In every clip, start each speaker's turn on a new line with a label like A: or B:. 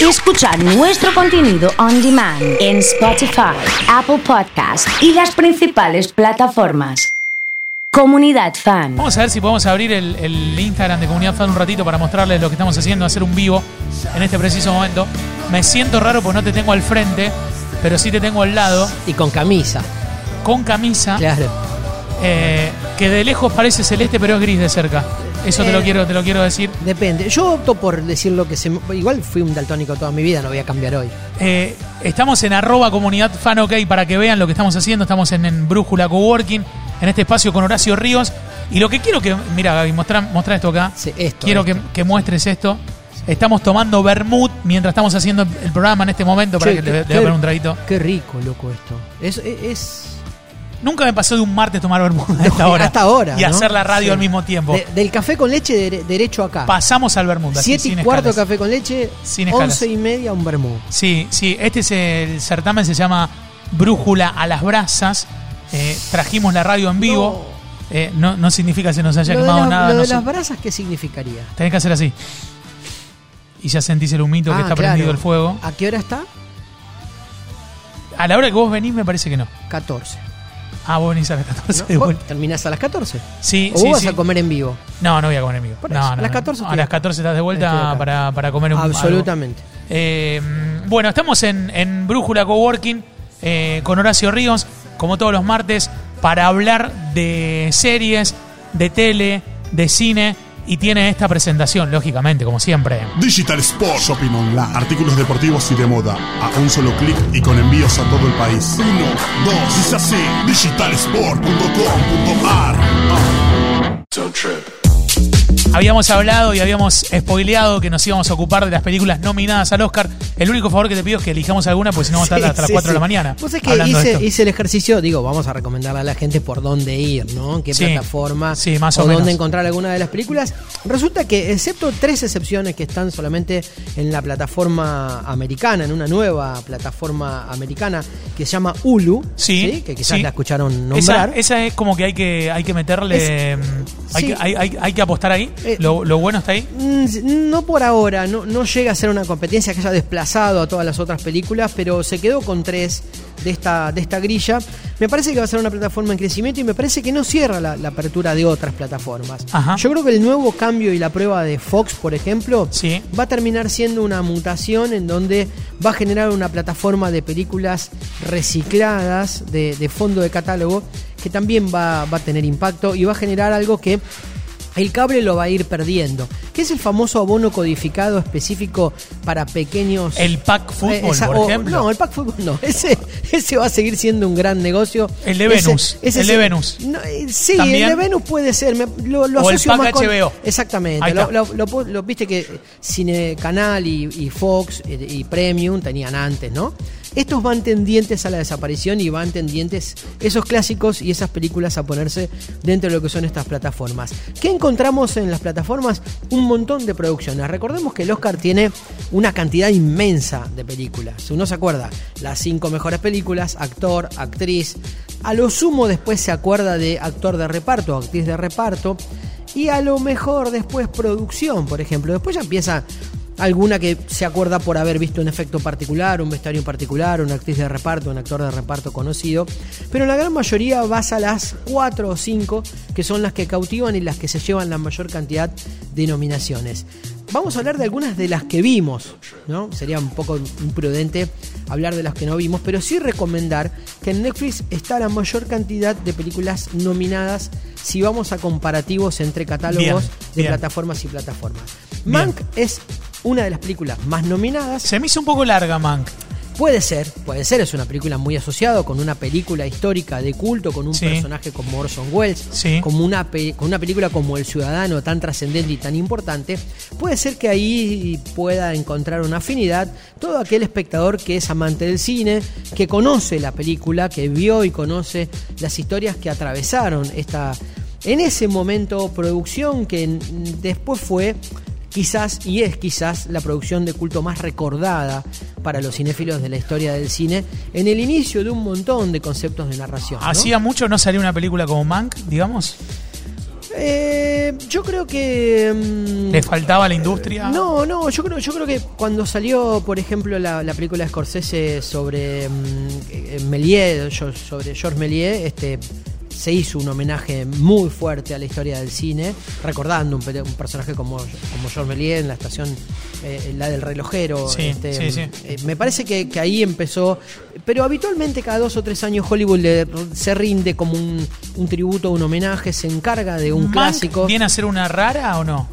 A: Escuchar nuestro contenido on demand en Spotify, Apple Podcast y las principales plataformas. Comunidad Fan.
B: Vamos a ver si podemos abrir el, el Instagram de Comunidad Fan un ratito para mostrarles lo que estamos haciendo, hacer un vivo en este preciso momento. Me siento raro porque no te tengo al frente, pero sí te tengo al lado,
C: Y con camisa,
B: con camisa,
C: claro.
B: eh, que de lejos parece celeste, pero es gris de cerca. Eso te lo quiero, te lo quiero decir.
C: Depende. Yo opto por decir lo que se me... Igual fui un daltónico toda mi vida, no voy a cambiar hoy.
B: Eh, estamos en arroba comunidad fan ok para que vean lo que estamos haciendo. Estamos en, en Brújula Coworking, en este espacio con Horacio Ríos. Y lo que quiero que. Mira, Gaby, mostrá, mostrá esto acá.
C: Sí, esto,
B: quiero
C: esto.
B: Que, que muestres esto. Estamos tomando vermut mientras estamos haciendo el programa en este momento para
C: Che,
B: que
C: qué-
B: le, le voy a
C: qué-
B: poner un traguito.
C: Qué rico, loco, esto. Es... es-
B: Nunca me pasó de un martes tomar vermut a esta
C: No,
B: hora.
C: hasta ahora,
B: Y
C: ¿no?
B: hacer la radio
C: Sí.
B: al mismo tiempo.
C: de- del café con leche dere- derecho acá.
B: Pasamos al vermut. así,
C: Siete
B: sin
C: y cuarto
B: escalas.
C: café con leche,
B: Sin escalas.
C: once y media un vermú.
B: Sí, sí, este es el certamen, se llama Brújula a las Brasas. Eh, trajimos la radio en vivo. Eh, No, no, significa que se nos haya
C: Lo de,
B: quemado
C: la-
B: nada.
C: lo
B: no
C: de
B: sé.
C: las brasas, ¿qué significaría?
B: Tenés que hacer así. Y ya sentís el humito que
C: Ah,
B: está
C: claro.
B: prendido el fuego.
C: ¿A qué hora está?
B: A la hora que vos venís, me parece que no.
C: 14.
B: Ah, vos venís a las 14
C: ¿no?
B: de
C: ¿Vos
B: vuelta.
C: ¿Terminás a las 14?
B: Sí,
C: ¿O
B: sí,
C: vos vas
B: sí.
C: a comer en vivo?
B: No, no voy a comer amigo.
C: Por
B: No,
C: eso,
B: no,
C: a las 14
B: no. A
C: estoy
B: las
C: acá.
B: 14 estás de
C: Estoy
B: vuelta
C: acá.
B: para, para comer un algo.
C: Absolutamente.
B: Eh, bueno, estamos en, en Brújula Coworking eh, con Horacio Ríos, como todos los martes, para hablar de series, de tele, de cine. Y tiene esta presentación, lógicamente, como siempre.
D: Digital Sport Shopping Online. Artículos deportivos y de moda. A un solo clic y con envíos a todo el país. Uno, dos, dice así. Digitalsport.com.ar.
B: Habíamos hablado y habíamos spoileado que nos íbamos a ocupar de las películas nominadas al Oscar. El único favor que te pido es que elijamos alguna, porque si no vamos a estar
C: Sí,
B: hasta las
C: sí,
B: 4 de
C: sí.
B: la mañana.
C: Vos sabés que
B: hablando de
C: hice,
B: esto.
C: hice el ejercicio, digo, vamos a recomendarle a la gente por dónde ir, ¿no? ¿Qué
B: Sí.
C: plataforma?
B: Sí, más o
C: dónde
B: menos.
C: encontrar alguna de las películas. Resulta que, excepto tres excepciones que están solamente en la plataforma americana, en una nueva plataforma americana que se llama Hulu,
B: Sí,
C: que quizás
B: sí.
C: la escucharon
B: Esa,
C: nombrar.
B: esa es como que hay que, hay que meterle.
C: Es-
B: mm, hay,
C: sí.
B: que, hay, hay- hay que apostar ahí.
C: Eh,
B: lo, lo bueno está ahí.
C: Mm, No por ahora, no, no llega a ser una competencia que haya desplazado a todas las otras películas, pero se quedó con tres de esta, de esta grilla. Me parece que va a ser una plataforma en crecimiento y me parece que no cierra la, la apertura de otras plataformas.
B: Ajá.
C: Yo creo que el nuevo cambio y la prueba de Fox, por ejemplo,
B: Sí.
C: va a terminar siendo una mutación en donde va a generar una plataforma de películas recicladas de, de fondo de catálogo que también va, va a tener impacto y va a generar algo que el cable lo va a ir perdiendo, que es el famoso abono codificado específico para pequeños...
B: El pack fútbol,
C: Eh, esa-
B: por
C: o-
B: ejemplo.
C: No, el pack fútbol no. Ese, ese va a seguir siendo un gran negocio.
B: El de
C: Ese-
B: Venus, el de
C: sí.
B: Venus.
C: No, eh, sí,
B: También.
C: el de Venus puede ser. me- lo, lo
B: O el
C: asocio
B: pack
C: más con-
B: HBO. Ahí
C: Exactamente.
B: está.
C: Lo, lo- lo pu- lo- viste que Cine Canal y, y Fox eh, y Premium tenían antes, ¿no? Estos van tendientes a la desaparición y van tendientes esos clásicos y esas películas a ponerse dentro de lo que son estas plataformas. ¿Qué encontramos en las plataformas? Un montón de producciones. Recordemos que el Oscar tiene una cantidad inmensa de películas. Uno se acuerda, las cinco mejores películas, actor, actriz. A lo sumo después se acuerda de actor de reparto, actriz de reparto y a lo mejor después producción, por ejemplo. Después ya empieza alguna que se acuerda por haber visto un efecto particular, un vestuario particular, una actriz de reparto, un actor de reparto conocido. Pero la gran mayoría vas a las cuatro o cinco que son las que cautivan y las que se llevan la mayor cantidad de nominaciones. Vamos a hablar de algunas de las que vimos, ¿no? Sería un poco imprudente hablar de las que no vimos, pero sí recomendar que en Netflix está la mayor cantidad de películas nominadas si vamos a comparativos entre catálogos
B: Bien,
C: de
B: bien.
C: plataformas y plataformas.
B: Bien.
C: Mank es una de las películas más nominadas.
B: Se me hizo un poco larga, Mank.
C: Puede ser, puede ser, es una película muy asociada con una película histórica de culto, con un
B: Sí.
C: personaje como Orson Welles,
B: Sí.
C: como una pe- con una película como El Ciudadano, tan trascendente y tan importante. Puede ser que ahí pueda encontrar una afinidad todo aquel espectador que es amante del cine, que conoce la película, que vio y conoce las historias que atravesaron esta, en ese momento, producción que mm, después fue quizás y es quizás la producción de culto más recordada para los cinéfilos de la historia del cine en el inicio de un montón de conceptos de narración. ¿no?
B: Hacía mucho no salía una película como Mank, digamos.
C: Eh, yo creo que. mm,
B: ¿Le faltaba la industria?
C: No, no, yo creo, yo creo que cuando salió, por ejemplo, la, la película de Scorsese sobre mm, Melier, sobre Georges Méliès, este, se hizo un homenaje muy fuerte a la historia del cine, recordando un, pe- un personaje como, como Georges Méliès en la estación, eh, la del relojero.
B: Sí,
C: este,
B: sí, sí.
C: eh, me parece que, que ahí empezó, pero habitualmente cada dos o tres años Hollywood le- se rinde como un, un tributo, un homenaje, se encarga de un
B: ¿Mank
C: clásico.
B: ¿Viene a ser una rara o no?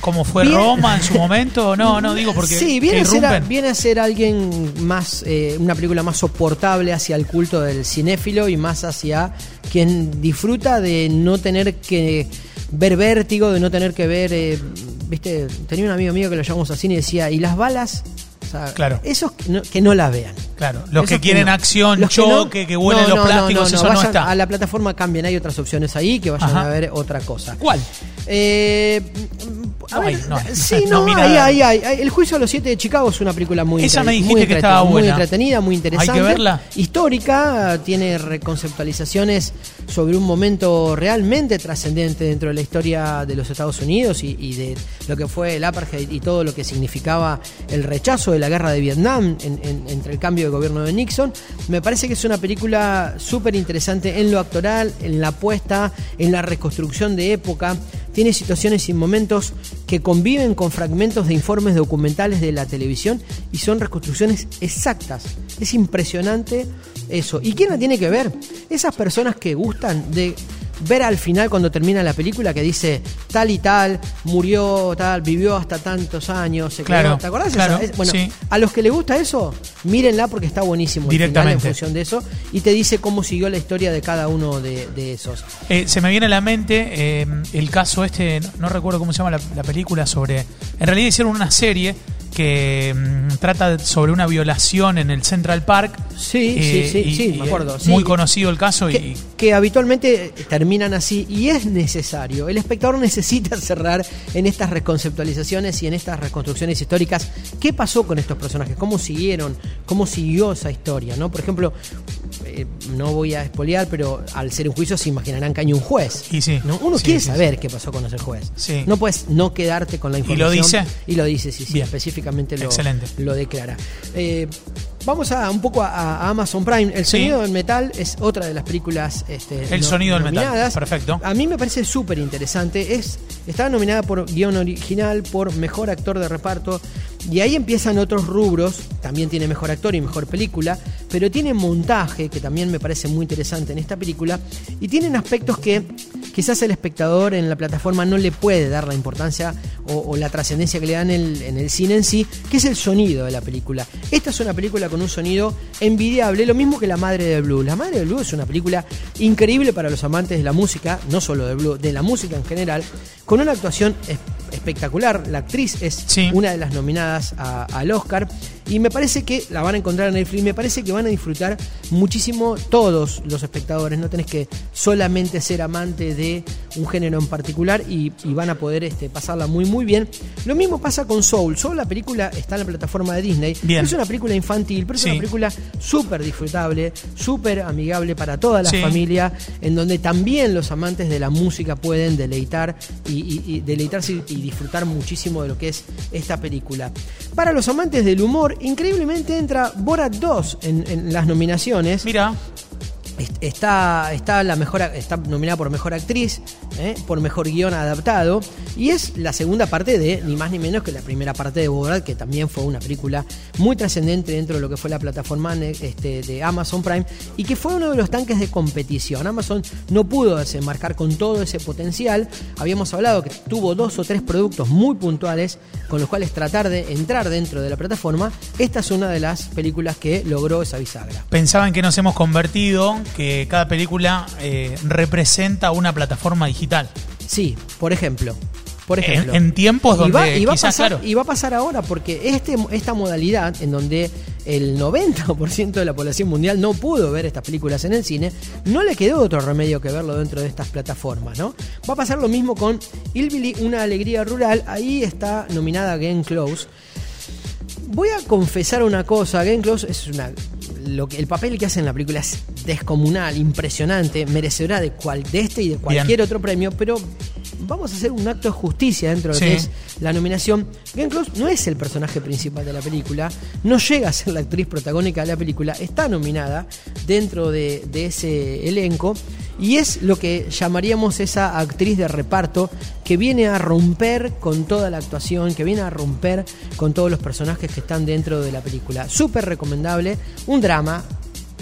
B: ¿Como fue
C: Bien-
B: Roma en su momento? No, no, digo porque.
C: sí, viene
B: que
C: a, ser, a-
B: irrumpen.
C: viene a ser alguien más, eh, una película más soportable hacia el culto del cinéfilo y más hacia quien disfruta de no tener que ver vértigo, de no tener que ver, eh, viste, tenía un amigo mío que lo llamamos así y decía, ¿y las balas? O sea,
B: Claro.
C: esos que no, que no las vean.
B: Claro, los
C: Esos
B: que quieren
C: no.
B: acción,
C: Los que no-
B: choque, que, huelen
C: no,
B: los
C: no, no,
B: plásticos,
C: no, no,
B: eso no
C: vayan
B: está.
C: A la plataforma cambien, hay otras opciones ahí que vayan
B: Ajá.
C: a ver otra cosa.
B: ¿Cuál?
C: Eh, a
B: No
C: ver,
B: hay, no hay.
C: sí, no,
B: No vi
C: hay,
B: nada.
C: hay, hay, hay. El juicio a los siete de Chicago es una película muy,
B: Esa
C: entre-
B: me dijiste
C: muy
B: que
C: entreten-
B: estaba
C: muy
B: buena.
C: entretenida, muy interesante.
B: Hay que verla.
C: Histórica, tiene reconceptualizaciones sobre un momento realmente trascendente dentro de la historia de los Estados Unidos y, y de lo que fue el apartheid y todo lo que significaba el rechazo de la guerra de Vietnam en- en- entre el cambio de gobierno de Nixon. Me parece que es una película súper interesante en lo actoral, en la puesta, en la reconstrucción de época. Tiene situaciones y momentos que conviven con fragmentos de informes documentales de la televisión y son reconstrucciones exactas. Es impresionante eso. ¿Y quién la tiene que ver? Esas personas que gustan de ver al final cuando termina la película que dice tal y tal, murió tal, vivió hasta tantos años, se quedó.
B: Claro,
C: ¿Te acordás?
B: claro,
C: Esa- es- bueno,
B: sí.
C: a los que les gusta eso, mírenla porque está buenísimo. el final
B: Directamente.
C: en función de eso y te dice cómo siguió la historia de cada uno de, de esos.
B: Eh, se me viene a la mente eh, el caso este, no, no recuerdo cómo se llama la, la película, sobre... En realidad hicieron una serie que mm, trata sobre una violación en el Central Park. Eh,
C: Sí, sí, sí, sí, me acuerdo, sí.
B: Muy conocido el caso
C: Que,
B: y...
C: que habitualmente terminan así y es necesario. El espectador necesita cerrar en estas reconceptualizaciones y en estas reconstrucciones históricas. ¿Qué pasó con estos personajes? ¿Cómo siguieron? ¿Cómo siguió esa historia? ¿no? Por ejemplo, eh, no voy a espolear, pero al ser un juicio se imaginarán que hay un juez.
B: Y sí.
C: ¿no? Uno
B: Sí,
C: quiere
B: sí,
C: saber qué pasó con ese juez.
B: Sí.
C: No puedes no quedarte con la
B: lo
C: información.
B: dice?
C: Y lo dice, sí, sí,
B: Bien.
C: específicamente lo,
B: Excelente.
C: lo declara. Eh, vamos a un poco a, a Amazon Prime. El sonido del metal es otra de las películas. Este,
B: El sonido del metal, perfecto.
C: A mí me parece súper interesante. Es, está nominada por guión original, por mejor actor de reparto. Y ahí empiezan otros rubros. También tiene mejor actor y mejor película. Pero tiene montaje, que también me parece muy interesante en esta película. Y tienen aspectos que quizás el espectador en la plataforma no le puede dar la importancia o, o la trascendencia que le dan en, en el cine en sí, que es el sonido de la película. Esta es una película con un sonido envidiable, lo mismo que La Madre de Blue. La Madre de Blue es una película increíble para los amantes de la música, no solo de Blue, de la música en general, con una actuación es- espectacular. La actriz es
B: Sí.
C: una de las nominadas a- al Oscar y me parece que la van a encontrar en Netflix, me parece que van a disfrutar muchísimo todos los espectadores, no tenés que solamente ser amante de un género en particular y, y van a poder este, pasarla muy muy bien. Lo mismo pasa con Soul, Soul la película está en la plataforma de Disney,
B: Bien.
C: es una película infantil, pero es
B: Sí.
C: una película súper disfrutable, súper amigable para toda la
B: Sí.
C: familia, en donde también los amantes de la música pueden deleitar y, y- y deleitarse y disfrutar muchísimo de lo que es esta película. Para los amantes del humor, increíblemente entra Borat 2 en, en las nominaciones.
B: Mira,
C: Est- Está, está, la mejor, está nominada por mejor actriz, ¿eh? por mejor guión adaptado, y es la segunda parte de, ni más ni menos que la primera parte de Borat, que también fue una película muy trascendente dentro de lo que fue la plataforma ne- este, de Amazon Prime, y que fue uno de los tanques de competición. Amazon no pudo desenmarcar con todo ese potencial. Habíamos hablado que tuvo dos o tres productos muy puntuales con los cuales tratar de entrar dentro de la plataforma. Esta es una de las películas que logró esa bisagra.
B: pensaban que nos hemos convertido, que cada película eh, representa una plataforma digital.
C: Sí, por ejemplo. Por
B: En-
C: ejemplo.
B: en tiempos donde
C: a
B: quizás,
C: pasar,
B: claro.
C: y va a pasar ahora porque este, esta modalidad en donde el 90% de la población mundial no pudo ver estas películas en el cine, no le quedó otro remedio que verlo dentro de estas plataformas, ¿no? Va a pasar lo mismo con Hillbilly, una alegría rural, ahí está nominada Glenn Close. Voy a confesar una cosa, Glenn Close es una lo que, el papel que hace en la película es descomunal, impresionante, merecerá de cual de este y de cualquier otro premio, pero vamos a hacer un acto de justicia dentro de lo
B: Sí.
C: que es la nominación. Glenn Close no es el personaje principal de la película, no llega a ser la actriz protagónica de la película, está nominada dentro de, de ese elenco y es lo que llamaríamos esa actriz de reparto que viene a romper con toda la actuación, que viene a romper con todos los personajes que están dentro de la película. Súper recomendable, un drama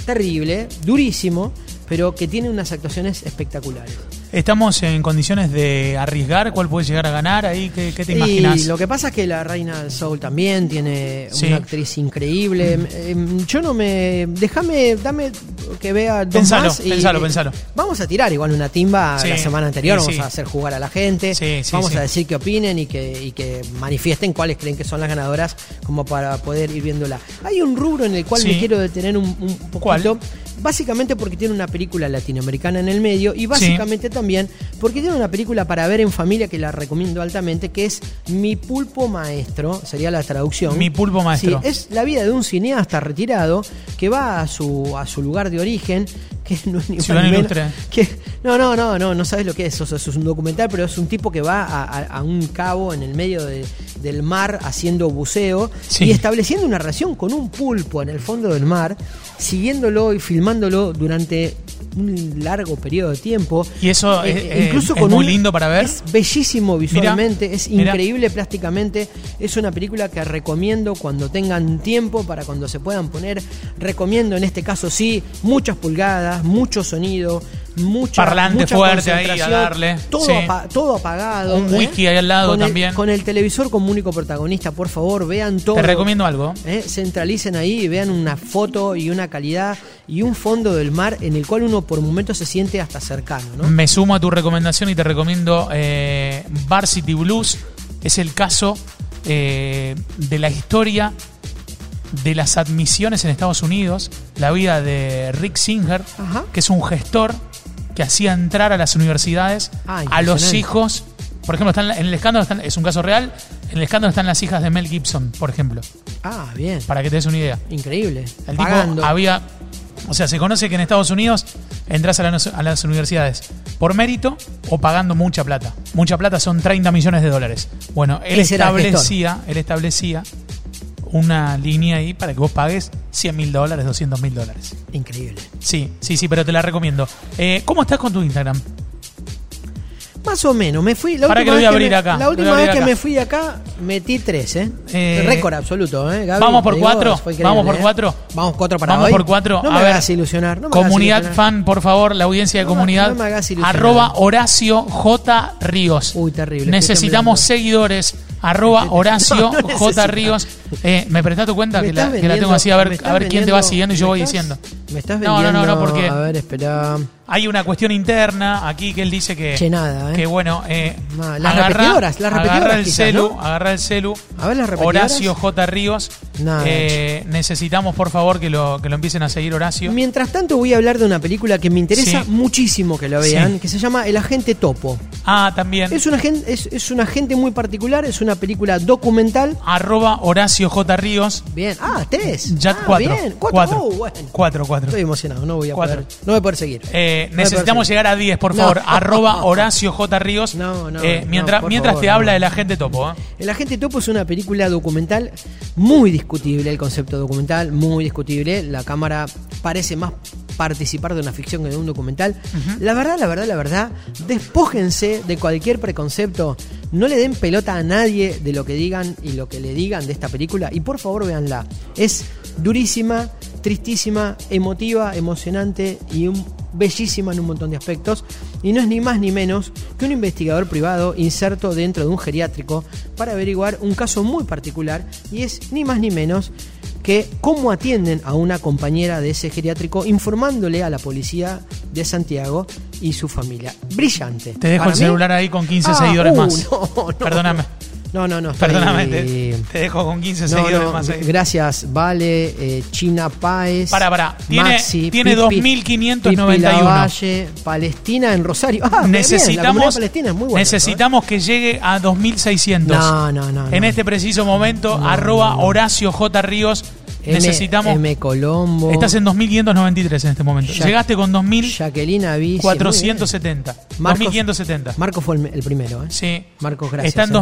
C: terrible, durísimo, pero que tiene unas actuaciones espectaculares.
B: ¿Estamos en condiciones de arriesgar cuál puede llegar a ganar ahí? ¿Qué, qué te
C: Y
B: imaginas?
C: lo que pasa es que la Reina del Soul también tiene
B: Sí.
C: una actriz increíble. Em, Yo no me. Déjame, dame que vea dos
B: Pensalo,
C: más y-
B: pensalo, pensalo.
C: Vamos a tirar igual una timba
B: Sí,
C: la semana anterior,
B: sí,
C: vamos
B: sí.
C: a hacer jugar a la gente,
B: Sí, sí,
C: vamos
B: sí.
C: a decir qué opinen y que, y que manifiesten cuáles creen que son las ganadoras, como para poder ir viéndola. Hay un rubro en el cual
B: Sí.
C: me quiero detener un, un poquito.
B: ¿Cuál?
C: Básicamente porque tiene una película latinoamericana en el medio y básicamente también porque tiene una película para ver en familia que la recomiendo altamente, que es Mi pulpo maestro, sería la traducción.
B: Mi Pulpo Maestro.
C: Sí, es la vida de un cineasta retirado que va a su, a su lugar de origen, que no es ni
B: Ciudad
C: más ni menos-
B: Ilustre.
C: que- no, no, no, no, no sabes lo que es. O sea, eso es un documental, pero es un tipo que va a, a- a un cabo en el medio de- del mar haciendo buceo
B: Sí.
C: y estableciendo una relación con un pulpo en el fondo del mar, siguiéndolo y filmándolo durante un largo periodo de tiempo. Eh,
B: Y eso es- es- es muy lindo para ver.
C: Es bellísimo visualmente, es
B: mirá.
C: increíble plásticamente. Es una película que recomiendo cuando tengan tiempo, para cuando se puedan poner. Recomiendo en este caso sí, muchas pulgadas, mucho sonido, mucha,
B: Parlante
C: mucha
B: fuerte ahí a
C: concentración,
B: darle,
C: Todo,
B: sí.
C: apa- todo apagado. ¿eh?
B: Un whisky ahí al lado
C: Con el-
B: también.
C: con el televisor como único protagonista, por favor, vean todo.
B: Te recomiendo algo.
C: Eh, centralicen ahí y vean una foto y una calidad y un fondo del mar en el cual uno por momentos se siente hasta cercano, ¿no?
B: Me sumo a tu recomendación y te recomiendo eh, Varsity Blues. Es el caso eh, de la historia de las admisiones en Estados Unidos, la vida de Rick Singer,
C: Ajá.
B: que es un gestor que hacía entrar a las universidades
C: Ah,
B: a los
C: impresionante.
B: hijos. Por ejemplo, están, en el escándalo están- es un caso real. En el escándalo están las hijas de Mel Gibson, por ejemplo,
C: Ah, bien.
B: para que te des una idea.
C: Increíble.
B: El
C: Pagando.
B: tipo había. O sea, se conoce que en Estados Unidos entras a, la- a las universidades por mérito o pagando mucha plata. Mucha plata son 30 millones de dólares. Bueno, él
C: Ese era el gestor.
B: establecía, él establecía una línea ahí para que vos pagues 100 mil dólares, 200 mil dólares.
C: Increíble.
B: Sí, sí, sí, pero te la recomiendo. Eh, ¿Cómo estás con tu Instagram?
C: Más o menos, me fui. La
B: Pará que lo
C: última
B: voy
C: vez
B: a
C: que
B: abrir
C: me-
B: acá,
C: La
B: lo voy a
C: última
B: abrir
C: vez que
B: acá.
C: me fui acá, metí tres, ¿eh?
B: Eh,
C: Récord absoluto, ¿eh? Gaby?
B: vamos por
C: Te digo,
B: cuatro,
C: fue increíble,
B: vamos por
C: ¿eh?
B: cuatro.
C: Vamos cuatro para
B: Vamos
C: hoy.
B: por cuatro.
C: No me
B: A ver,
C: hagas ilusionar. no me hagas
B: comunidad
C: ilusionar.
B: fan, por favor, la audiencia de
C: No me-
B: comunidad.
C: no me hagas ilusionar.
B: arroba Horacio J. Ríos.
C: Uy, terrible,
B: Necesitamos
C: estoy
B: seguidores. Arroba Horacio
C: No, no
B: J.
C: necesito.
B: Ríos. Eh, me prestás tu cuenta
C: Me
B: que la,
C: estás
B: que la tengo
C: vendiendo-
B: así a
C: me
B: ver,
C: estás
B: a ver quién te va
C: vendiendo-
B: siguiendo y yo
C: me
B: voy
C: estás-
B: diciendo.
C: Me estás
B: No,
C: vendiendo.
B: no, no, no, porque-
C: A ver, espera.
B: Hay una cuestión interna aquí que él dice que.
C: Che, nada, ¿eh?
B: Que bueno. eh,
C: No, las repetidoras, las
B: agarra
C: repetidoras
B: el
C: quizás,
B: celu,
C: ¿no?
B: agarra el celu.
C: A ver las repetidoras.
B: Horacio J. Ríos.
C: Nada,
B: Eh, necesitamos, por favor, que lo, que lo empiecen a seguir, Horacio.
C: Mientras tanto, voy a hablar de una película que me interesa
B: Sí.
C: muchísimo que la vean,
B: Sí.
C: que se llama El Agente Topo.
B: Ah, también.
C: Es un, agente, es, es un agente muy particular, es una película documental.
B: Arroba Horacio J. Ríos.
C: Bien. Ah, tres.
B: Yat
C: Ah,
B: 4.
C: Bien. Cuatro.
B: Cuatro.
C: Oh, bueno.
B: Cuatro, cuatro.
C: Estoy emocionado, no voy a
B: Cuatro.
C: poder. No voy a poder seguir.
B: Eh,
C: No voy a
B: necesitamos
C: poder seguir.
B: llegar a 10, por
C: No.
B: favor. Arroba Horacio J. Ríos.
C: No, no,
B: Eh,
C: no,
B: mientras
C: por
B: mientras
C: favor,
B: te
C: no.
B: habla de la gente topo. ¿eh?
C: El Agente Topo es una película documental muy discutible, el concepto documental muy discutible. La cámara parece más participar de una ficción que de un documental. La verdad, la verdad, la verdad, despójense de cualquier preconcepto. No le den pelota a nadie de lo que digan y lo que le digan de esta película. Y por favor, véanla. Es durísima, tristísima, emotiva, emocionante y un- bellísima en un montón de aspectos. Y no es ni más ni menos que un investigador privado inserto dentro de un geriátrico para averiguar un caso muy particular y es ni más ni menos que cómo atienden a una compañera de ese geriátrico informándole a la policía de Santiago y su familia. Brillante.
B: Te dejo
C: Para
B: el
C: mí-
B: celular ahí con 15
C: Ah,
B: seguidores
C: uh,
B: más.
C: no, no.
B: Perdóname.
C: No, no, no. estoy-
B: Perdóname. Te, te dejo con 15
C: No,
B: seguidores
C: no,
B: más ahí.
C: Gracias, Vale, eh, China Páez.
B: Pará, pará. Tiene- tiene
C: Pipi-
B: 2591.
C: Pipi Lavalle, Palestina en Rosario. Ah, bien, bien, la comunidad
B: Necesitamos,
C: palestina es muy buena.
B: necesitamos que llegue a 2600.
C: No, no, no,
B: En
C: no.
B: este preciso momento, arroba Horacio J. Ríos.
C: M-
B: necesitamos.
C: M. Colombo.
B: Estás en 2593 en este momento.
C: Ya-
B: Llegaste con 2470.
C: Jacqueline Avisi. muy bien.
B: 470.
C: Marcos-
B: 2570.
C: Marco fue el, el primero, ¿eh?
B: Sí.
C: Marcos, gracias.
B: Está en
C: ¿eh?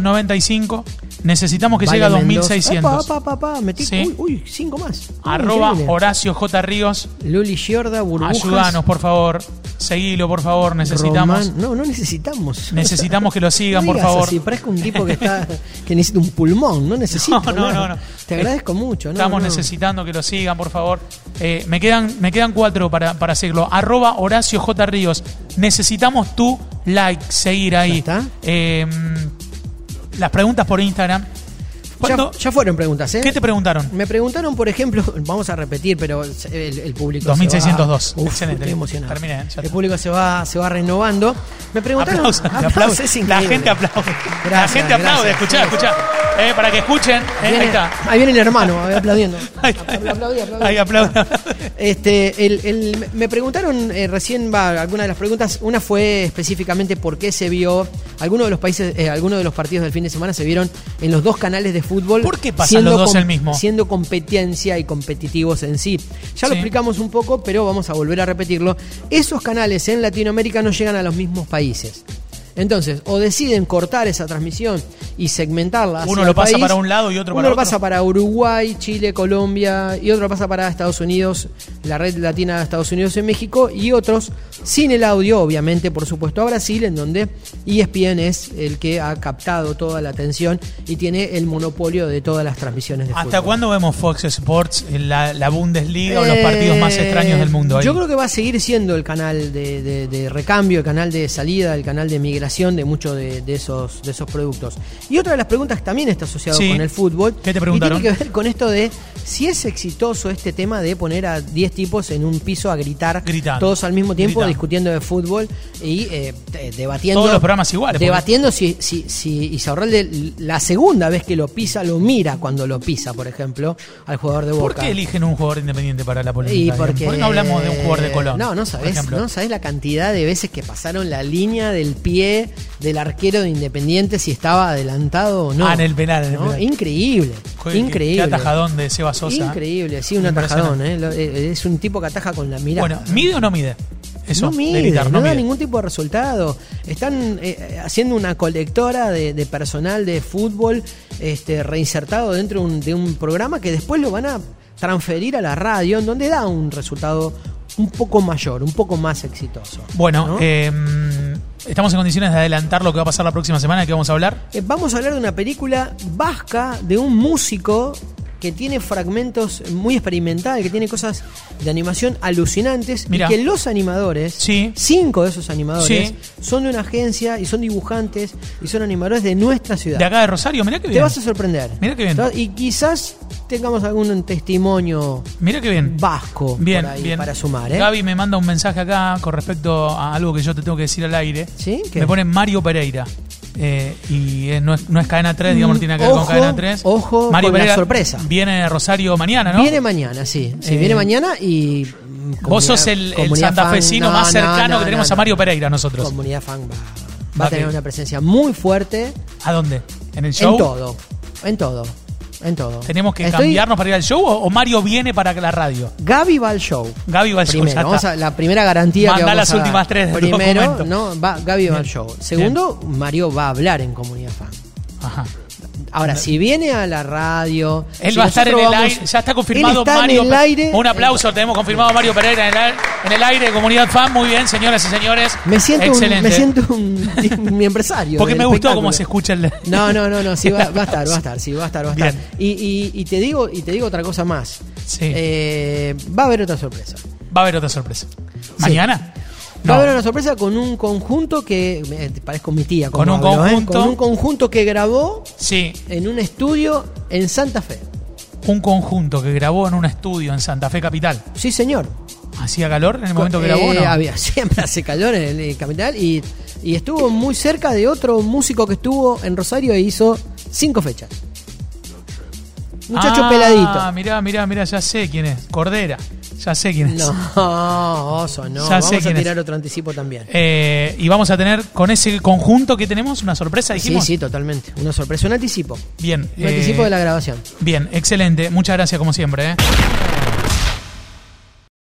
B: 2595. Necesitamos que
C: Vale
B: llegue a
C: Mendoza.
B: 2600.
C: Opa, opa, opa, metí-
B: Sí.
C: uy, uy, cinco más. Uy,
B: Arroba
C: increíble.
B: Horacio J. Ríos.
C: Luli Giorda, Burbujas.
B: Ayúdanos, por favor. Seguilo, por favor. Necesitamos.
C: Román. No, no necesitamos.
B: Necesitamos que lo sigan,
C: No
B: por
C: digas
B: favor.
C: así, parezco un tipo que está que necesita un pulmón, no necesito.
B: No, no,
C: nada.
B: no, no.
C: Te agradezco mucho. no,
B: Estamos
C: no.
B: necesitando que lo sigan, por favor. Eh, me, quedan, me quedan cuatro para, para seguirlo. Arroba Horacio J. Ríos. Necesitamos tu like, seguir ahí.
C: ¿Ya está?
B: Eh, las preguntas por Instagram.
C: Ya,
B: ¿Cuándo-
C: ya fueron preguntas, ¿eh?
B: ¿Qué te preguntaron?
C: Me preguntaron, por ejemplo, vamos a repetir, pero el, el público.
B: 2602.
C: Se va. Uf,
B: Excelente.
C: estoy emocionado.
B: Terminé, ya está.
C: el público se va, se va renovando. Me preguntaron.
B: Aplausos,
C: Ah, Aplausos,
B: aplausos.
C: es
B: La
C: increíble.
B: gente aplaude. la
C: Gracias,
B: gente aplaude.
C: gracias.
B: Escuchá, escuchá. Eh, para que escuchen. eh, ahí
C: Viene-
B: está.
C: ahí viene el hermano ahí aplaudiendo.
B: Ahí está.
C: Aplaudí, aplaudí.
B: Ahí aplaude, aplaude.
C: Este, el- el- me preguntaron eh, recién va, alguna de las preguntas. Una fue específicamente por qué se vio algunos de los países, eh, algunos de los partidos del fin de semana se vieron en los dos canales de fútbol.
B: ¿Por qué pasan
C: siendo
B: los dos
C: com-
B: el mismo?
C: Siendo competencia y competitivos en sí. Ya lo
B: Sí.
C: explicamos un poco, pero vamos a volver a repetirlo. Esos canales en Latinoamérica no llegan a los mismos países. Entonces, o deciden cortar esa transmisión y segmentarla. hacia
B: Uno
C: el
B: lo pasa
C: país,
B: para un lado y otro
C: uno
B: para
C: lo
B: otro.
C: pasa para Uruguay, Chile, Colombia y otro pasa para Estados Unidos, la red latina de Estados Unidos en México y otros sin el audio, obviamente, por supuesto, a Brasil, en donde E ESPN es el que ha captado toda la atención y tiene el monopolio de todas las transmisiones de
B: ¿Hasta
C: fútbol.
B: cuándo vemos Fox Sports, la, la Bundesliga o los
C: Eh,
B: partidos más extraños del mundo? ahí?
C: Yo creo que va a seguir siendo el canal de, de- de recambio, el canal de salida, el canal de migración de muchos de, de esos, de esos productos. Y otra de las preguntas que también está asociado
B: Sí.
C: con el fútbol.
B: ¿Qué te preguntaron?
C: Y tiene que ver con esto de si es exitoso este tema de poner a 10 tipos en un piso a gritar
B: Gritando.
C: todos al mismo tiempo,
B: Gritando.
C: discutiendo de fútbol y eh, eh, debatiendo.
B: Todos los programas iguales, porque-
C: Debatiendo si, si, si Isaurralde la segunda vez que lo pisa, lo mira cuando lo pisa, por ejemplo, al jugador de
B: ¿Por
C: Boca.
B: qué eligen un jugador independiente para la
C: Y
B: polémica?
C: porque,
B: ¿Por qué no hablamos de un jugador de Colón?
C: No, no
B: por
C: sabes,
B: ejemplo?
C: no sabes la cantidad de veces que pasaron la línea del pie del arquero de Independiente si estaba adelantado o no.
B: Ah, en el penal, en el
C: ¿no?
B: penal.
C: Increíble,
B: Joder, qué-
C: increíble.
B: Qué atajadón de Seba Sosa.
C: Increíble, sí, un atajadón. eh, lo- eh, Es un tipo que ataja con la mirada.
B: Bueno, ¿mide o no mide? Eso,
C: no
B: de
C: mide,
B: gritar,
C: no,
B: no
C: da
B: mide.
C: ningún tipo de resultado. Están eh, haciendo una colectora de, de personal de fútbol este, reinsertado dentro de un, de un programa que después lo van a transferir a la radio, en donde da un resultado un poco mayor, un poco más exitoso.
B: Bueno,
C: ¿no?
B: eh, estamos en condiciones de adelantar lo que va a pasar la próxima semana, que vamos a hablar.
C: Eh, Vamos a hablar de una película vasca de un músico que tiene fragmentos muy experimental, que tiene cosas de animación alucinantes
B: Mirá.
C: y que los animadores,
B: Sí.
C: cinco de esos animadores,
B: Sí.
C: son de una agencia y son dibujantes y son animadores de nuestra ciudad.
B: De acá de Rosario, mirá qué
C: Te
B: bien.
C: vas a sorprender.
B: Mirá qué bien.
C: Te vas- Y quizás tengamos algún testimonio
B: Mirá qué bien.
C: vasco
B: Bien,
C: por ahí
B: bien.
C: para sumar. ¿eh?
B: Gaby me manda un mensaje acá con respecto a algo que yo te tengo que decir al aire.
C: ¿Sí? ¿Qué?
B: Me pone Mario Pereira. Eh, y eh, no, es, no es cadena 3, digamos, no tiene nada que ver
C: Mm, Ojo,
B: con cadena 3.
C: ojo
B: Mario
C: con la
B: Pereira
C: sorpresa.
B: Viene a Rosario mañana, ¿no?
C: Viene mañana, sí. sí
B: Eh,
C: viene mañana y. mm,
B: Vos
C: comunidad-
B: sos el, el
C: comunidad
B: santafesino
C: fan- no,
B: más
C: no,
B: cercano
C: no,
B: que tenemos
C: no,
B: a Mario
C: no.
B: Pereira nosotros.
C: Comunidad fan va,
B: Va
C: va
B: a
C: a tener
B: que-
C: una presencia muy fuerte
B: ¿A dónde? ¿En el show?
C: en todo. En todo. En todo.
B: ¿Tenemos que
C: Estoy-
B: cambiarnos para ir al show o, o Mario viene para la radio?
C: Gaby va al show.
B: Gaby va al show,
C: primero,
B: ya está.
C: vamos a- la primera garantía
B: Mandá
C: que vamos
B: las
C: a dar.
B: últimas tres del
C: Primero,
B: documento.
C: no, va, Gaby va al show. Segundo, Mario va a hablar en comunidad fan.
B: Ajá.
C: Ahora, si viene a la radio.
B: Él
C: si
B: va a estar en
C: nosotros
B: el
C: vamos-
B: aire. Ya está confirmado
C: Él está
B: Mario. pues,
C: En el aire.
B: Un aplauso, tenemos confirmado a Mario Pereira en el, aire- en el aire, comunidad fan. Muy bien, señoras y señores.
C: eh, Me siento, un,
B: Excelente.
C: me siento un- mi empresario.
B: Porque
C: del
B: me gustó
C: espectáculo.
B: cómo se escucha el.
C: No, no, no, no, sí va, va a estar, va a estar, sí, va a estar, va a estar. Y, y- y te digo, y te digo otra cosa más.
B: Sí.
C: Eh, va a haber otra sorpresa.
B: Va a haber otra sorpresa. ¿Mañana?
C: Va a
B: No.
C: haber una sorpresa con un conjunto que. eh, te parezco mi tía.
B: Con
C: como
B: un
C: hablo, ¿eh?
B: conjunto.
C: Con un conjunto que grabó
B: Sí,
C: en un estudio en Santa Fe.
B: un conjunto que grabó en un estudio en Santa Fe Capital.
C: Sí, señor.
B: ¿Hacía calor en el momento que grabó?
C: Eh,
B: no?
C: había- siempre hace calor en el, eh, capital y, y estuvo muy cerca de otro músico que estuvo en Rosario e hizo cinco fechas. Muchacho
B: Ah,
C: peladito.
B: Mirá, mirá, mirá, ya sé quién es. Cordera. Ya sé quién es.
C: No, oso, no.
B: Ya
C: Vamos
B: sé
C: a
B: quién es.
C: tirar otro anticipo también.
B: Eh, y vamos a tener con ese conjunto que tenemos una sorpresa,
C: Sí,
B: dijimos.
C: sí, totalmente. Una sorpresa, un anticipo.
B: Bien.
C: Un
B: eh,
C: anticipo de la grabación.
B: Bien, excelente. Muchas gracias como siempre. ¿eh?